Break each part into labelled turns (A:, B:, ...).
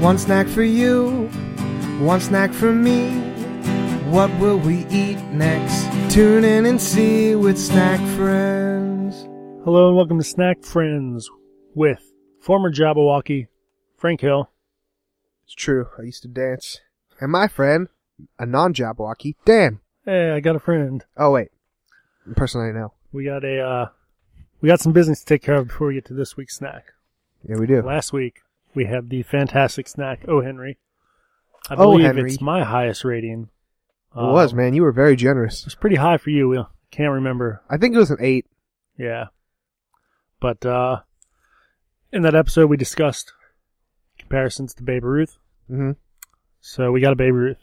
A: One snack for you, one snack for me. What will we eat next? Tune in and see with Snack Friends.
B: Hello and welcome to Snack Friends with former Jabberwocky Frank Hill.
A: It's true, I used to dance. And my friend, a non Jabberwocky, Dan.
B: Hey, I got a friend.
A: Oh, wait. The person I know.
B: We got a uh, we got some business to take care of before we get to this week's snack.
A: Yeah, we do.
B: Last week we had the fantastic snack Oh Henry. I
A: Oh,
B: believe
A: Henry.
B: it's my highest rating.
A: It was, man. You were very
B: It
A: generous.
B: was pretty high for you. I can't remember.
A: I think it was an eight.
B: Yeah. But uh in that episode we discussed comparisons to Babe Ruth.
A: Mm-hmm.
B: So we got a Babe Ruth.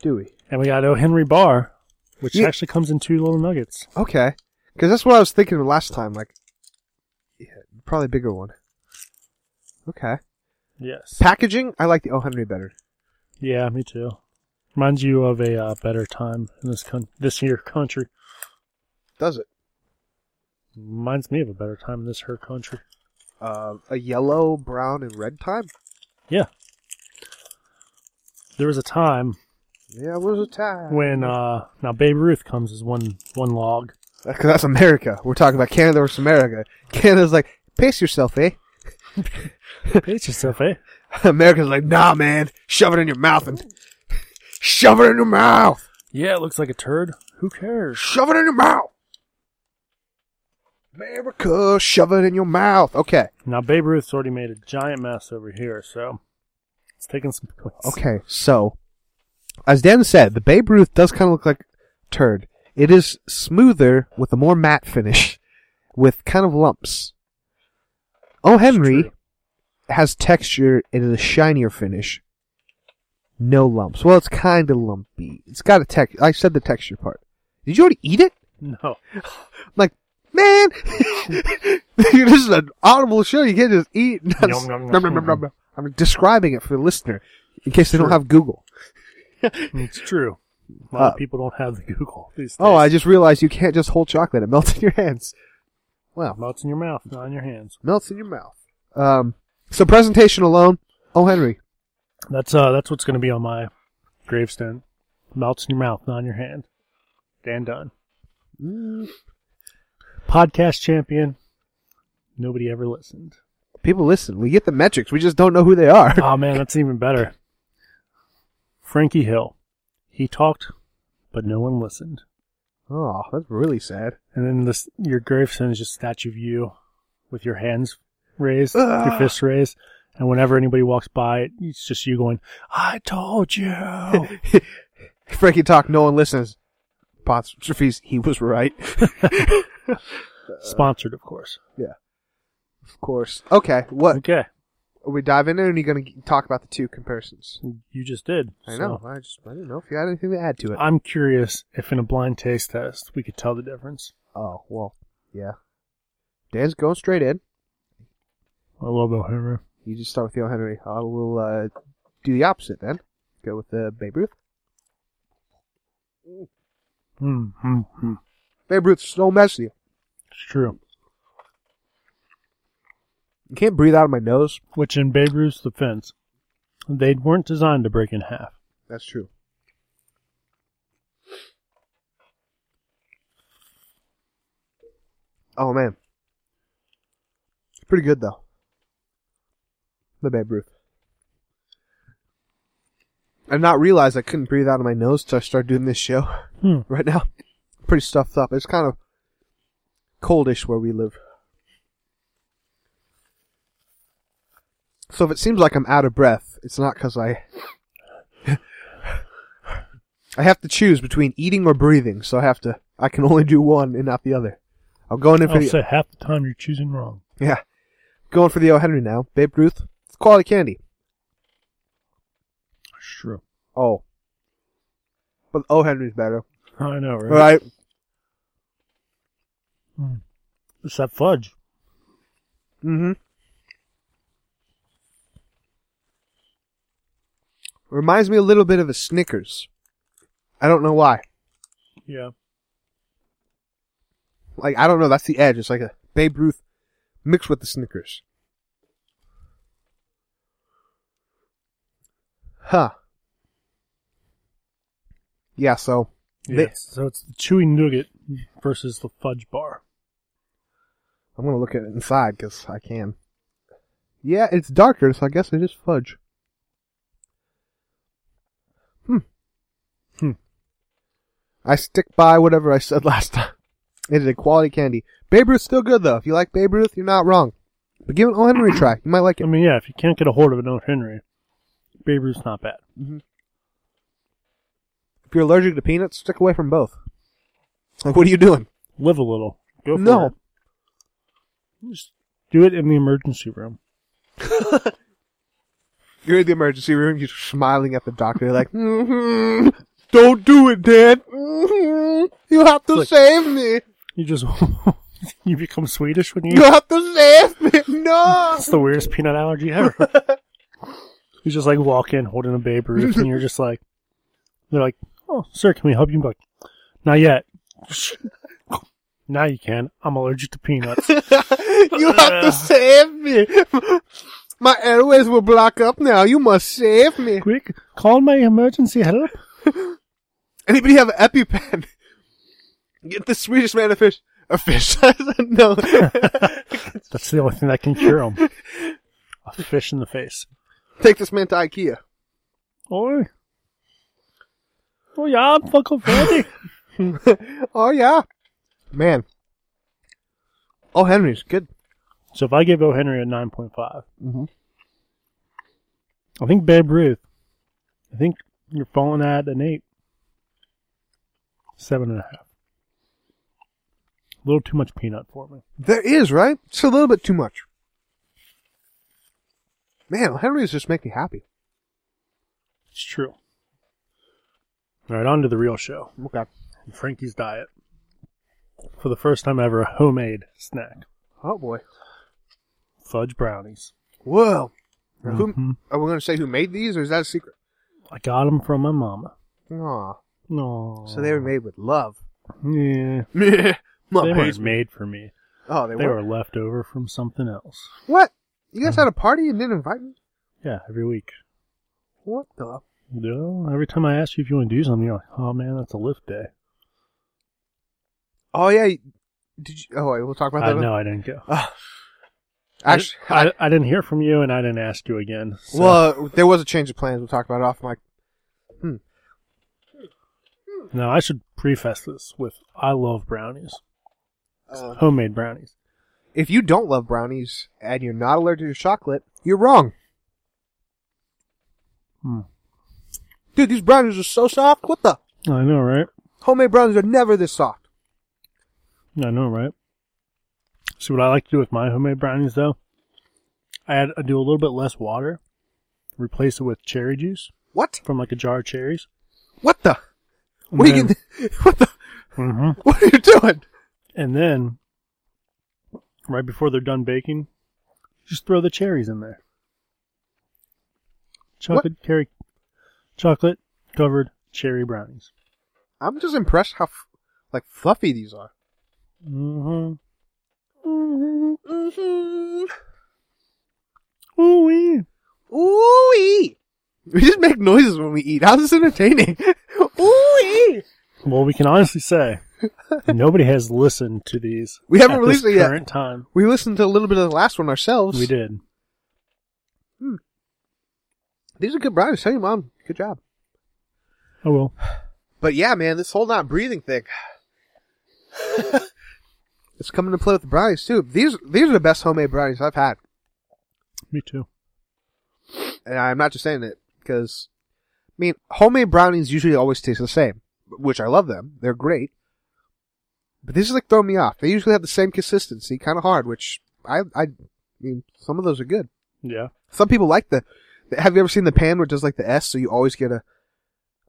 A: Do we?
B: And we got O Henry Bar, which
A: Yeah.
B: actually comes in two little nuggets.
A: Okay. Because that's what I was thinking last time. Like, yeah, probably a bigger one. Okay.
B: Yes.
A: Packaging, I like the O Henry better.
B: Yeah, me too. Reminds you of a uh, better time in this con- this here country.
A: Does it?
B: Reminds me of a better time in this her country.
A: Uh, a yellow, brown, and red time?
B: Yeah. There was a time
A: Yeah, it was a time.
B: when uh now Babe Ruth comes as one one log.
A: Because that's America. We're talking about Canada versus America. Canada's like, pace yourself, eh?
B: Pace yourself, eh?
A: America's like, nah, man. Shove it in your mouth and. Shove it in your mouth!
B: Yeah, it looks like a turd. Who cares?
A: Shove it in your mouth! America, shove it in your mouth. Okay.
B: Now Babe Ruth's already made a giant mess over here, so it's taking some place.
A: Okay, so as Dan said, the Babe Ruth does kind of look like a turd. It is smoother with a more matte finish, with kind of lumps. Oh Henry
B: true.
A: has texture and is a shinier finish. No lumps. Well, it's kind of lumpy. It's got a tex. I said the texture part. Did you already eat it?
B: No.
A: I'm like, man, this is an audible show. You can't just eat.
B: Yum, yum, yum, yum, yum.
A: I'm describing it for the listener in case they don't
B: Sure.
A: have Google.
B: It's true. A lot
A: Uh,
B: of people don't have the Google these days.
A: Oh, I just realized you can't just hold chocolate; it melts in your hands. Well,
B: melts in your mouth, not in your hands.
A: melts in your mouth. Um, so presentation alone, oh Henry,
B: That's uh, that's what's going to be on my gravestone. Melts in your mouth, not in your hand. Dan Dunn,
A: Mm,
B: podcast champion. Nobody ever listened.
A: people listen. We get the metrics; we just don't know who they are.
B: oh man, that's even better. Frankie Hill, he talked, but no one listened.
A: Oh, that's really sad.
B: And then this, your gravestone is just a statue of you, with your hands raised, your
A: Ah.
B: fists raised, and whenever anybody walks by, it's just you going, "I told you."
A: Frankie talk, no one listens. Apostrophes. He was right.
B: Sponsored, of course.
A: Of course. Okay. What
B: Okay,
A: are we diving in? Or are you going to talk about the two comparisons?
B: you just did.
A: I
B: so.
A: know. I just I didn't know if you had anything to add to it.
B: I'm curious if in a blind taste test we could tell the difference.
A: oh well. Yeah. Dan's going straight in.
B: I love O'Hara.
A: You just start with the O. Henry. I will uh, do the opposite then. Go with the Babe Ruth.
B: Mm, mm, mm.
A: Babe Ruth's so messy.
B: It's true.
A: You can't breathe out of my nose.
B: Which, in Babe Ruth's defense, they weren't designed to break in half.
A: That's true. Oh man, it's pretty good though. The Babe Ruth. I did not realize I couldn't breathe out of my nose till I started doing this show.
B: Hmm.
A: Right now, pretty stuffed up. It's kind of coldish where we live. So if it seems like I'm out of breath, it's not because I. I have to choose between eating or breathing, so I have to. I can only do one and not the other. I'm going in for
B: I'll
A: the
B: say half the time you're choosing wrong.
A: yeah, going for the O Henry now. Babe Ruth, it's quality candy.
B: It's true.
A: Oh, but O Henry's better,
B: I know, right?
A: right?
B: Mm. It's that fudge.
A: Mm-hmm. Reminds me a little bit of a Snickers. I don't know why.
B: Yeah.
A: Like I don't know. That's the edge. It's like a Babe Ruth mixed with the Snickers. Huh. Yeah, so
B: Yeah,
A: They-
B: it's- so it's the chewy nougat versus the fudge bar.
A: I'm gonna look at it inside because I can. Yeah, it's darker, so I guess it is fudge. Hmm.
B: Hmm.
A: I stick by whatever I said last time. It is a quality candy. Babe Ruth's still good though. If you like Babe Ruth, you're not wrong. But give an O Henry a try. You might like
B: I
A: it.
B: mean, yeah, if you can't get a hold of an O. Henry, Babe Ruth's not bad.
A: If you're allergic to peanuts, stick away from both. Like, what are you doing?
B: Live a little. Go for
A: No.
B: it. Just do it in the emergency room.
A: You're in the emergency room. You're smiling at the doctor, You're like, mm-hmm, "Don't do it, Dad. hmm You have to
B: Like-
A: save me.
B: You just you become Swedish when you.
A: You
B: eat.
A: have to save me. No."
B: It's the weirdest peanut allergy ever. you just like walk in holding a Babe Ruth, and you're just like, they're like, "Oh, sir, can we help you?" i like, not yet. now you can. I'm allergic to peanuts.
A: you have to save me. My airways will block up now. You must save me.
B: Quick, call my emergency help.
A: Anybody have an EpiPen? Get the Swedish man a fish. A fish? no.
B: That's the only thing that can cure him. A fish in the face.
A: Take this man to IKEA.
B: Oi. Oh yeah, I'm fucking Freddy.
A: oh yeah, man. Oh, Henry's good.
B: so if I give O. Henry a 9.5,
A: Mm-hmm.
B: I think Babe Ruth, I think you're falling at an 8. Seven and a half. A little too much peanut for me.
A: There is, right? It's a little bit too much. Man, Henry's just make me happy.
B: It's true. Alright, on to the real show.
A: Okay.
B: Frankie's Diet. For the first time ever, a homemade snack.
A: Oh boy.
B: Fudge brownies.
A: Whoa. Now,
B: Mhm.
A: Who are we going to say who made these, or is that a secret?
B: I got them from my mama.
A: Aw.
B: No.
A: So they were made with love.
B: Yeah.
A: Mom
B: they
A: hates
B: weren't
A: me.
B: made for me.
A: Oh, they,
B: They
A: were.
B: were Uh-huh. left over from something else.
A: What? You guys had a party and didn't invite me?
B: Yeah, every week.
A: What the?
B: No, every time I ask you if you want to do something, you're like, "Oh man, that's a lift day."
A: Oh yeah. you- Did you? Oh wait, we'll talk about
B: I
A: that.
B: know I didn't go.
A: Oh. Actually,
B: I, I, I didn't hear from you, and I didn't ask you again. so-
A: well, there was a change of plans. We'll talk about it off mic.
B: now I should preface this with, "I love brownies,
A: Uh,
B: homemade brownies."
A: if you don't love brownies and you're not allergic to chocolate, you're wrong.
B: Hmm.
A: Dude, these brownies are so soft. What the?
B: I know, right?
A: Homemade brownies are never this soft.
B: I know, right? See, what I like to do with my homemade brownies, though, I add I do a little bit less water, replace it with cherry juice
A: What?
B: from like a jar of cherries.
A: What the?
B: and
A: What are you
B: then-
A: getting? What the?
B: Mhm.
A: What are you doing?
B: And then, right before they're done baking, just throw the cherries in there. Chocolate cherry, chocolate covered cherry brownies.
A: I'm just impressed how f- like fluffy these are.
B: Mm-hmm.
A: Mm-hmm.
B: Ooh,
A: Ooh-wee. We just make noises when we eat. How's this entertaining? Ooh-wee.
B: well, we can honestly say nobody has listened to these.
A: We haven't
B: at this
A: released it yet.
B: Current time,
A: We listened to a little bit of the last one ourselves.
B: we did.
A: These are good brownies. Tell your mom. Good job.
B: Oh well,
A: But yeah, man, this whole not breathing thing. it's coming to play with the brownies too. These these are the best homemade brownies I've had.
B: me too.
A: and I'm not just saying it because, I mean, homemade brownies usually always taste the same, which I love them. They're great. But this is like throwing me off. They usually have the same consistency, kind of hard, which I, I, I mean, some of those are good.
B: Yeah,
A: Some people like the, the- have you ever seen the pan where it does like the S so you always get a,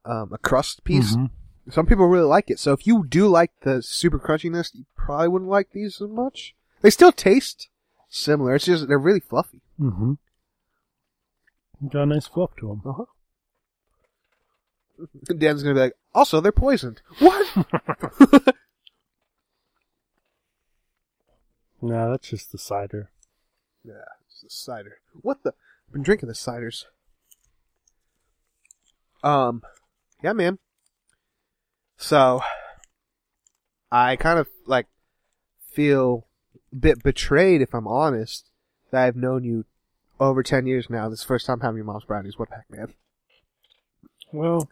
A: um, a crust piece?
B: Mhm.
A: Some people really like it. So if you do like the super crunchiness, you probably wouldn't like these as much. They still taste similar. It's just, they're really fluffy.
B: Mhm. Got a nice fluff to them.
A: Uh-huh. Dan's gonna be like, also they're poisoned. What?
B: No, that's just the cider.
A: yeah, it's the cider. What the? I've been drinking the ciders. Um, yeah, man. So, I kind of like feel a bit betrayed if I'm honest that I've known you over ten years now. This is the first time having your mom's brownies. What the heck, man?
B: Well,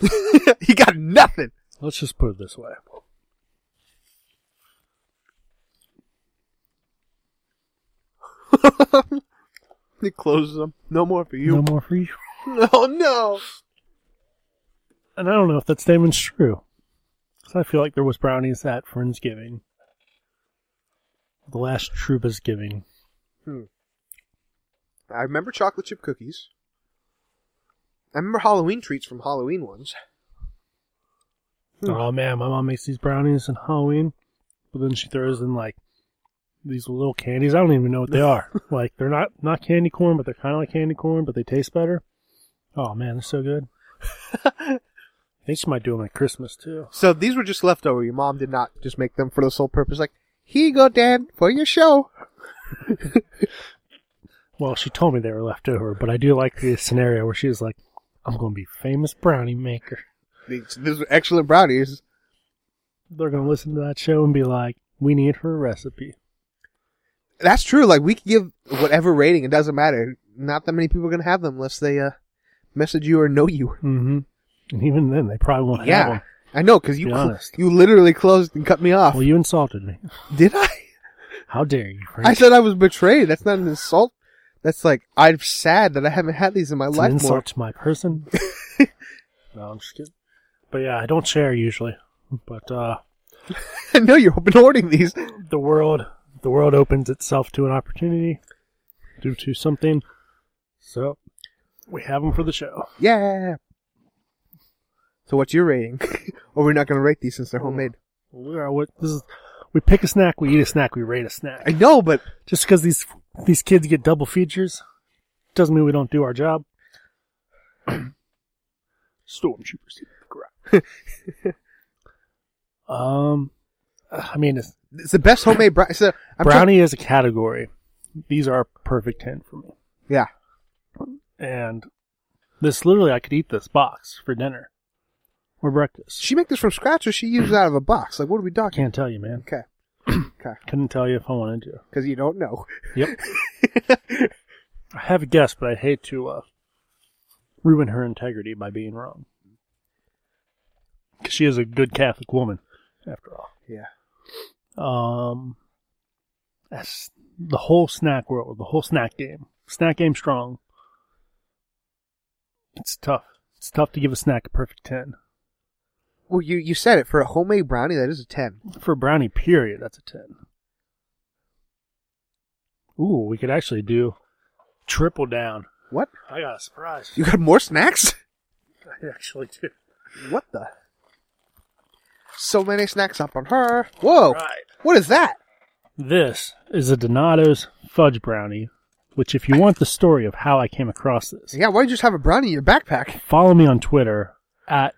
A: you got nothing.
B: let's just put it this way.
A: He closes them. No more for
B: No
A: you.
B: more for you.
A: Oh no.
B: And I don't know if that statement's true. 'Cause I feel like there was brownies at Friendsgiving. The last Trouba's giving.
A: Hmm. I remember chocolate chip cookies. I remember Halloween treats from Halloween ones. Hmm.
B: Oh man, my mom makes these brownies on Halloween, but then she throws in like these little candies. I don't even know what they are. like they're not not candy corn, but they're kind of like candy corn, but they taste better. Oh man, they're so good. I think she might do them at Christmas too.
A: So these were just leftover. Your mom did not just make them for the sole purpose. Like, here you go, Dad, for your show.
B: Well, she told me they were left over, but I do like the scenario where she's like, "I'm going to be famous brownie maker."
A: These, these are excellent brownies.
B: They're going to listen to that show and be like, "We need her recipe."
A: That's true. Like, we could give whatever rating. It doesn't matter. Not that many people are going to have them unless they uh, message you or know you.
B: Mm-hmm. And even then, they probably won't have
A: Yeah.
B: them.
A: I know, because you,
B: Be
A: cl-
B: honest.
A: you literally closed and cut me off.
B: Well, you insulted me.
A: did I?
B: How dare you? Frank?
A: I said I was betrayed. That's not an insult. That's like I'm sad that I haven't had these in my
B: It's an
A: life
B: insult
A: more.
B: to my person. no, I'm just kidding. But yeah, I don't share usually. But uh,
A: I know you've been hoarding these.
B: the world, the world opens itself to an opportunity due to something. So we have them for the show.
A: Yeah. So what's your rating? or we're not going to rate these since they're homemade.
B: We are what this is. We pick a snack, we eat a snack, we rate a
A: I
B: snack.
A: know, but
B: Just because these these kids get double features doesn't mean we don't do our job. Stormtroopers. Correct. um, I mean, it's,
A: it's the best homemade brownie. So I'm try-
B: brownie is a category. These are a perfect 10 for me.
A: yeah.
B: And this literally, I could eat this box for dinner or breakfast.
A: She make this from scratch, or she used it out of a box. Like, what are we
B: I
A: talking?
B: can't tell you, man.
A: Okay. okay.
B: Couldn't tell you if I wanted to.
A: Because you don't know.
B: Yep. I have a guess, but I'd hate to uh, ruin her integrity by being wrong. Because she is a good Catholic woman, after all.
A: Yeah.
B: Um, that's the whole snack world, the whole snack game. Snack game strong. It's tough. It's tough to give a snack a perfect 10.
A: Well, you you said it for a homemade brownie. That is a ten.
B: For a brownie, period, that's a 10. Ooh, we could actually do triple down.
A: What?
B: I got a surprise.
A: You got more snacks?
B: I actually do.
A: What the? So many snacks up on her. Whoa!
B: Right.
A: What is that?
B: This is a Donato's fudge brownie, which, if you want the story of how I came across this,
A: Yeah, why do you just have a brownie in your backpack?
B: follow me on Twitter at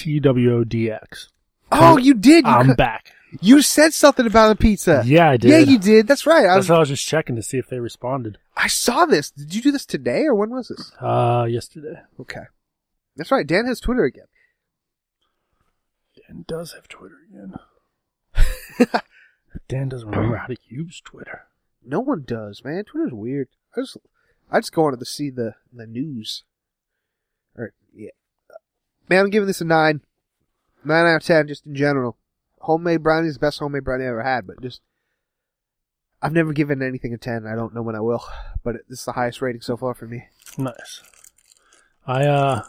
B: xtwodx.
A: Oh, you did. You,
B: I'm
A: cou-
B: back.
A: you said something about a pizza.
B: Yeah, I did.
A: Yeah, you did. That's right. I, was,
B: That's why I was just checking to see if they responded.
A: I saw this. Did you do this today or when was this?
B: Uh, yesterday.
A: Okay. That's right. Dan has Twitter again.
B: Dan does have Twitter again. Dan doesn't remember how to use Twitter.
A: No one does, man. Twitter's weird. I just, I just go on it to see the, the news. Or, yeah. Man, I'm giving this a 9. 9 out of 10, just in general. Homemade brownie is the best homemade brownie I ever had, but just. I've never given anything a 10. I don't know when I will, but it, this is the highest rating so far for me.
B: Nice. I uh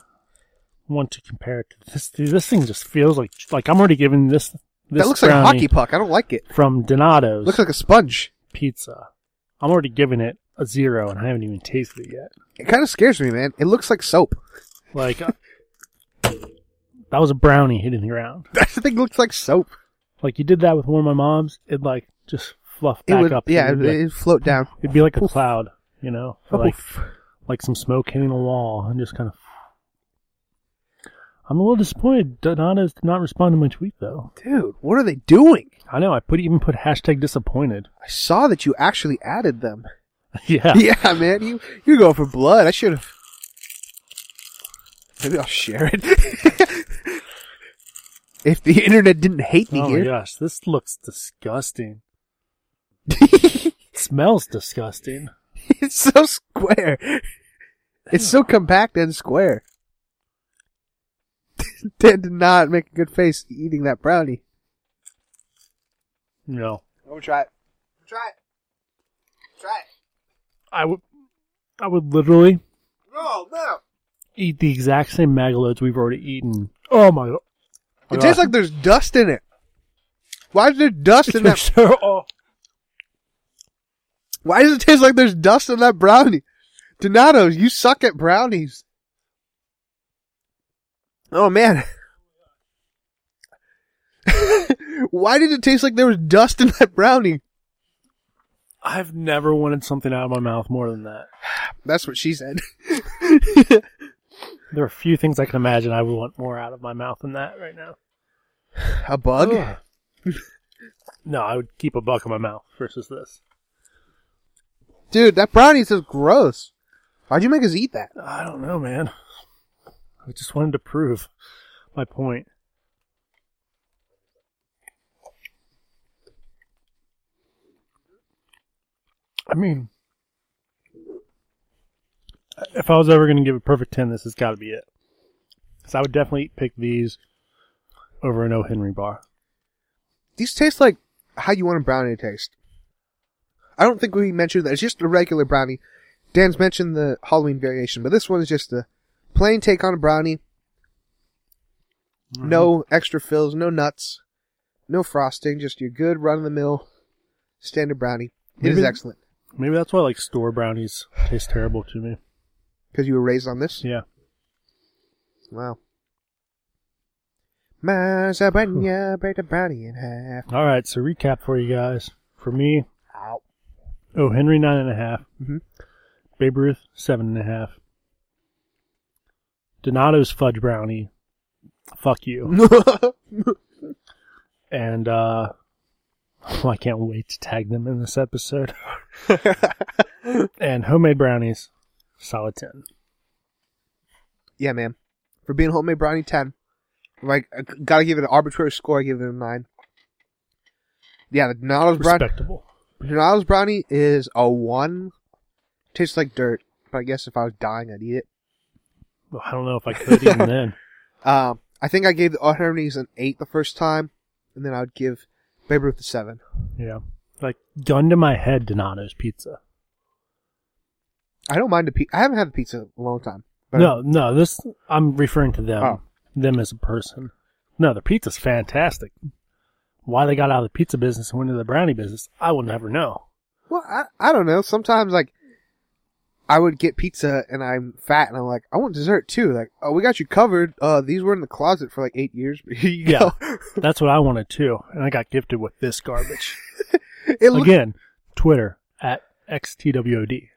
B: want to compare it to this. Dude, this thing just feels like like I'm already giving this. this
A: that looks like a
B: brownie
A: hockey puck. I don't like it.
B: from Donato's
A: Looks like a sponge.
B: pizza. I'm already giving it a zero, and I haven't even tasted it yet.
A: It kind of scares me, man. It looks like soap.
B: Like uh, that was a brownie hitting the ground.
A: That thing looks like soap.
B: Like you did that with one of my mom's. It like just fluffed
A: It
B: back
A: would,
B: up.
A: yeah,
B: it'd
A: it Oh,
B: be like,
A: would float down.
B: it'd be like a
A: Oof.
B: cloud, you know, or like
A: Oof.
B: like some smoke hitting a wall and just kind of. I'm a little disappointed. Donato's did not respond to my tweet though.
A: Dude, what are they doing?
B: I know. I put even put hashtag disappointed.
A: I saw that you actually added them.
B: yeah.
A: Yeah, man, you you go for blood. I should have. Maybe I'll share it. if the internet didn't hate me
B: Oh my
A: here.
B: gosh, this looks disgusting. It smells disgusting.
A: it's so square. It's so compact and square. Dan did not make a good face eating that brownie.
B: No,
A: I'm gonna try it. Try it. Try it.
B: I would, I would literally
A: No, no.
B: eat the exact same magaloads we've already eaten. Oh my god!
A: It tastes like there's dust in it. Why is there dust in that?
B: oh,
A: Why does it taste like there's dust in that brownie? Donatos, you suck at brownies. Oh man. Why did it taste like there was dust in that brownie?
B: I've never wanted something out of my mouth more than that.
A: That's what she said.
B: There are few things I can imagine I would want more out of my mouth than that right now.
A: A bug?
B: Ugh. no, I would keep a buck in my mouth versus this.
A: Dude, that brownie's just gross. Why'd you make us eat that?
B: I don't know, man. I just wanted to prove my point. I mean, if I was ever going to give a perfect 10, this has got to be it. Because I would definitely pick these over an O. Henry bar.
A: These taste like how you want a brownie to taste. I don't think we mentioned that. It's just a regular brownie. Dan's mentioned the Halloween variation, but this one is just a plain take on a brownie. No extra fills, no nuts, no frosting, just your good run of the mill standard brownie. It is
B: Maybe-
A: excellent.
B: Maybe that's why like store brownies taste terrible to me.
A: Because you were raised on this?
B: Yeah.
A: Wow. Mazabanya, break the brownie in half.
B: All right. So recap for you guys. For me,
A: Ow.
B: Oh Henry nine and a half.
A: Mhm.
B: Babe Ruth seven and a half. Donato's fudge brownie. Fuck you. And uh, I can't wait to tag them in this episode. and homemade brownies, solid ten.
A: yeah, man. For being homemade brownie, 10. Like, I g- gotta give it an arbitrary score, I give it a 9. Yeah, the Donald's brownie,
B: Respectable.
A: Donald's brownie is a 1. Tastes like dirt, but I guess if I was dying, I'd eat it.
B: Well, I don't know if I could even then.
A: Um, I think I gave the Harmonies an 8 the first time, and then I would give Babe Ruth a 7.
B: Yeah. Like gun to my head, Donato's pizza.
A: I don't mind the pizza. I haven't had the pizza in a long time.
B: no, no, this I'm referring to them.
A: Oh.
B: Them as a person. No, the pizza's fantastic. Why they got out of the pizza business and went into the brownie business, I will never know.
A: Well, I, I don't know. Sometimes, like, I would get pizza and I'm fat and I'm like, I want dessert too. Like, oh, we got you covered. Uh, these were in the closet for like eight years. But here you
B: Yeah.
A: go.
B: That's what I wanted too, and I got gifted with this garbage.
A: It looked,
B: Again, Twitter at xtwodx.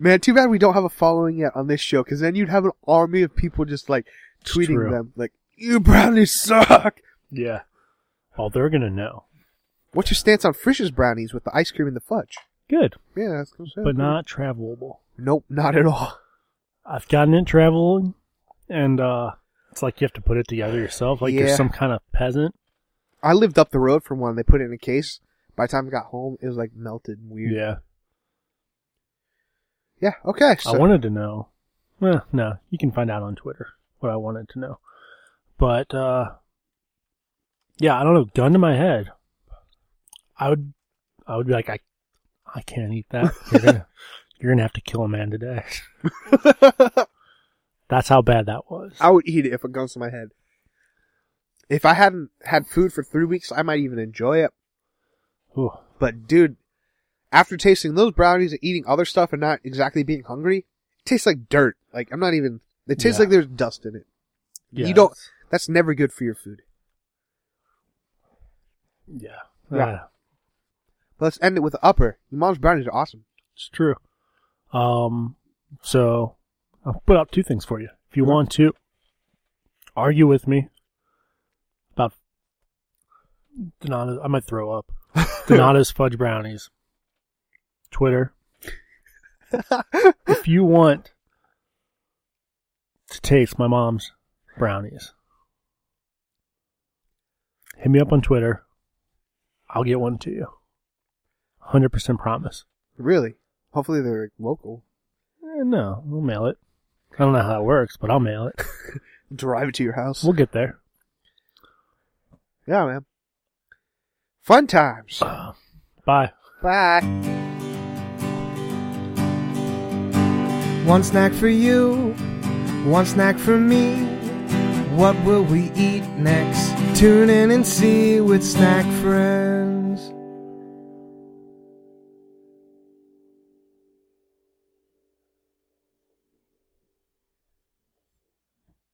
A: man, too bad we don't have a following yet on this show because then you'd have an army of people just like tweeting
B: true.
A: them, like, you brownies suck.
B: Yeah. Well, they're gonna know.
A: What's your stance on Frisch's brownies with the ice cream and the fudge?
B: Good,
A: Yeah, that's what I'm saying.
B: but not travelable.
A: Nope, not at all.
B: I've gotten it traveling, and uh, it's like you have to put it together yourself. Like
A: Yeah.
B: you're some kind of peasant.
A: I lived up the road from one. They put it in a case. By the time I got home, it was like melted and weird.
B: Yeah.
A: Yeah. Okay. So
B: I wanted to know. Well, no, you can find out on Twitter what I wanted to know. But uh yeah, I don't know. Gun to my head, I would, I would be like, I, I can't eat that. You're gonna, you're gonna have to kill a man today. That's how bad that was.
A: I would eat it if it goes to my head. If I hadn't had food for three weeks, I might even enjoy it.
B: Ooh,
A: But dude, after tasting those brownies and eating other stuff and not exactly being hungry, it tastes like dirt. Like I'm not even. It tastes
B: Yeah.
A: like there's dust in it.
B: yeah,
A: You don't. That's never good for your food.
B: Yeah, Uh,
A: Yeah.
B: yeah,
A: But let's end it with the upper. Your mom's brownies are awesome.
B: it's true. Um, so I'll put out two things for you. If you want to argue with me about Donato, I might throw up. Donato's fudge brownies. Twitter. if you want to taste my mom's brownies. Hit me up on Twitter. I'll get one to you. 100% promise.
C: Really? Hopefully they're local.
B: Eh, no, we'll mail it. I don't know how it works, but I'll mail it.
C: Drive it to your house.
B: We'll get there.
C: Yeah, man. Fun times.
B: Uh, bye.
C: Bye.
A: One snack for you, one snack for me. What will we eat next? Tune in and see with Snack Friends.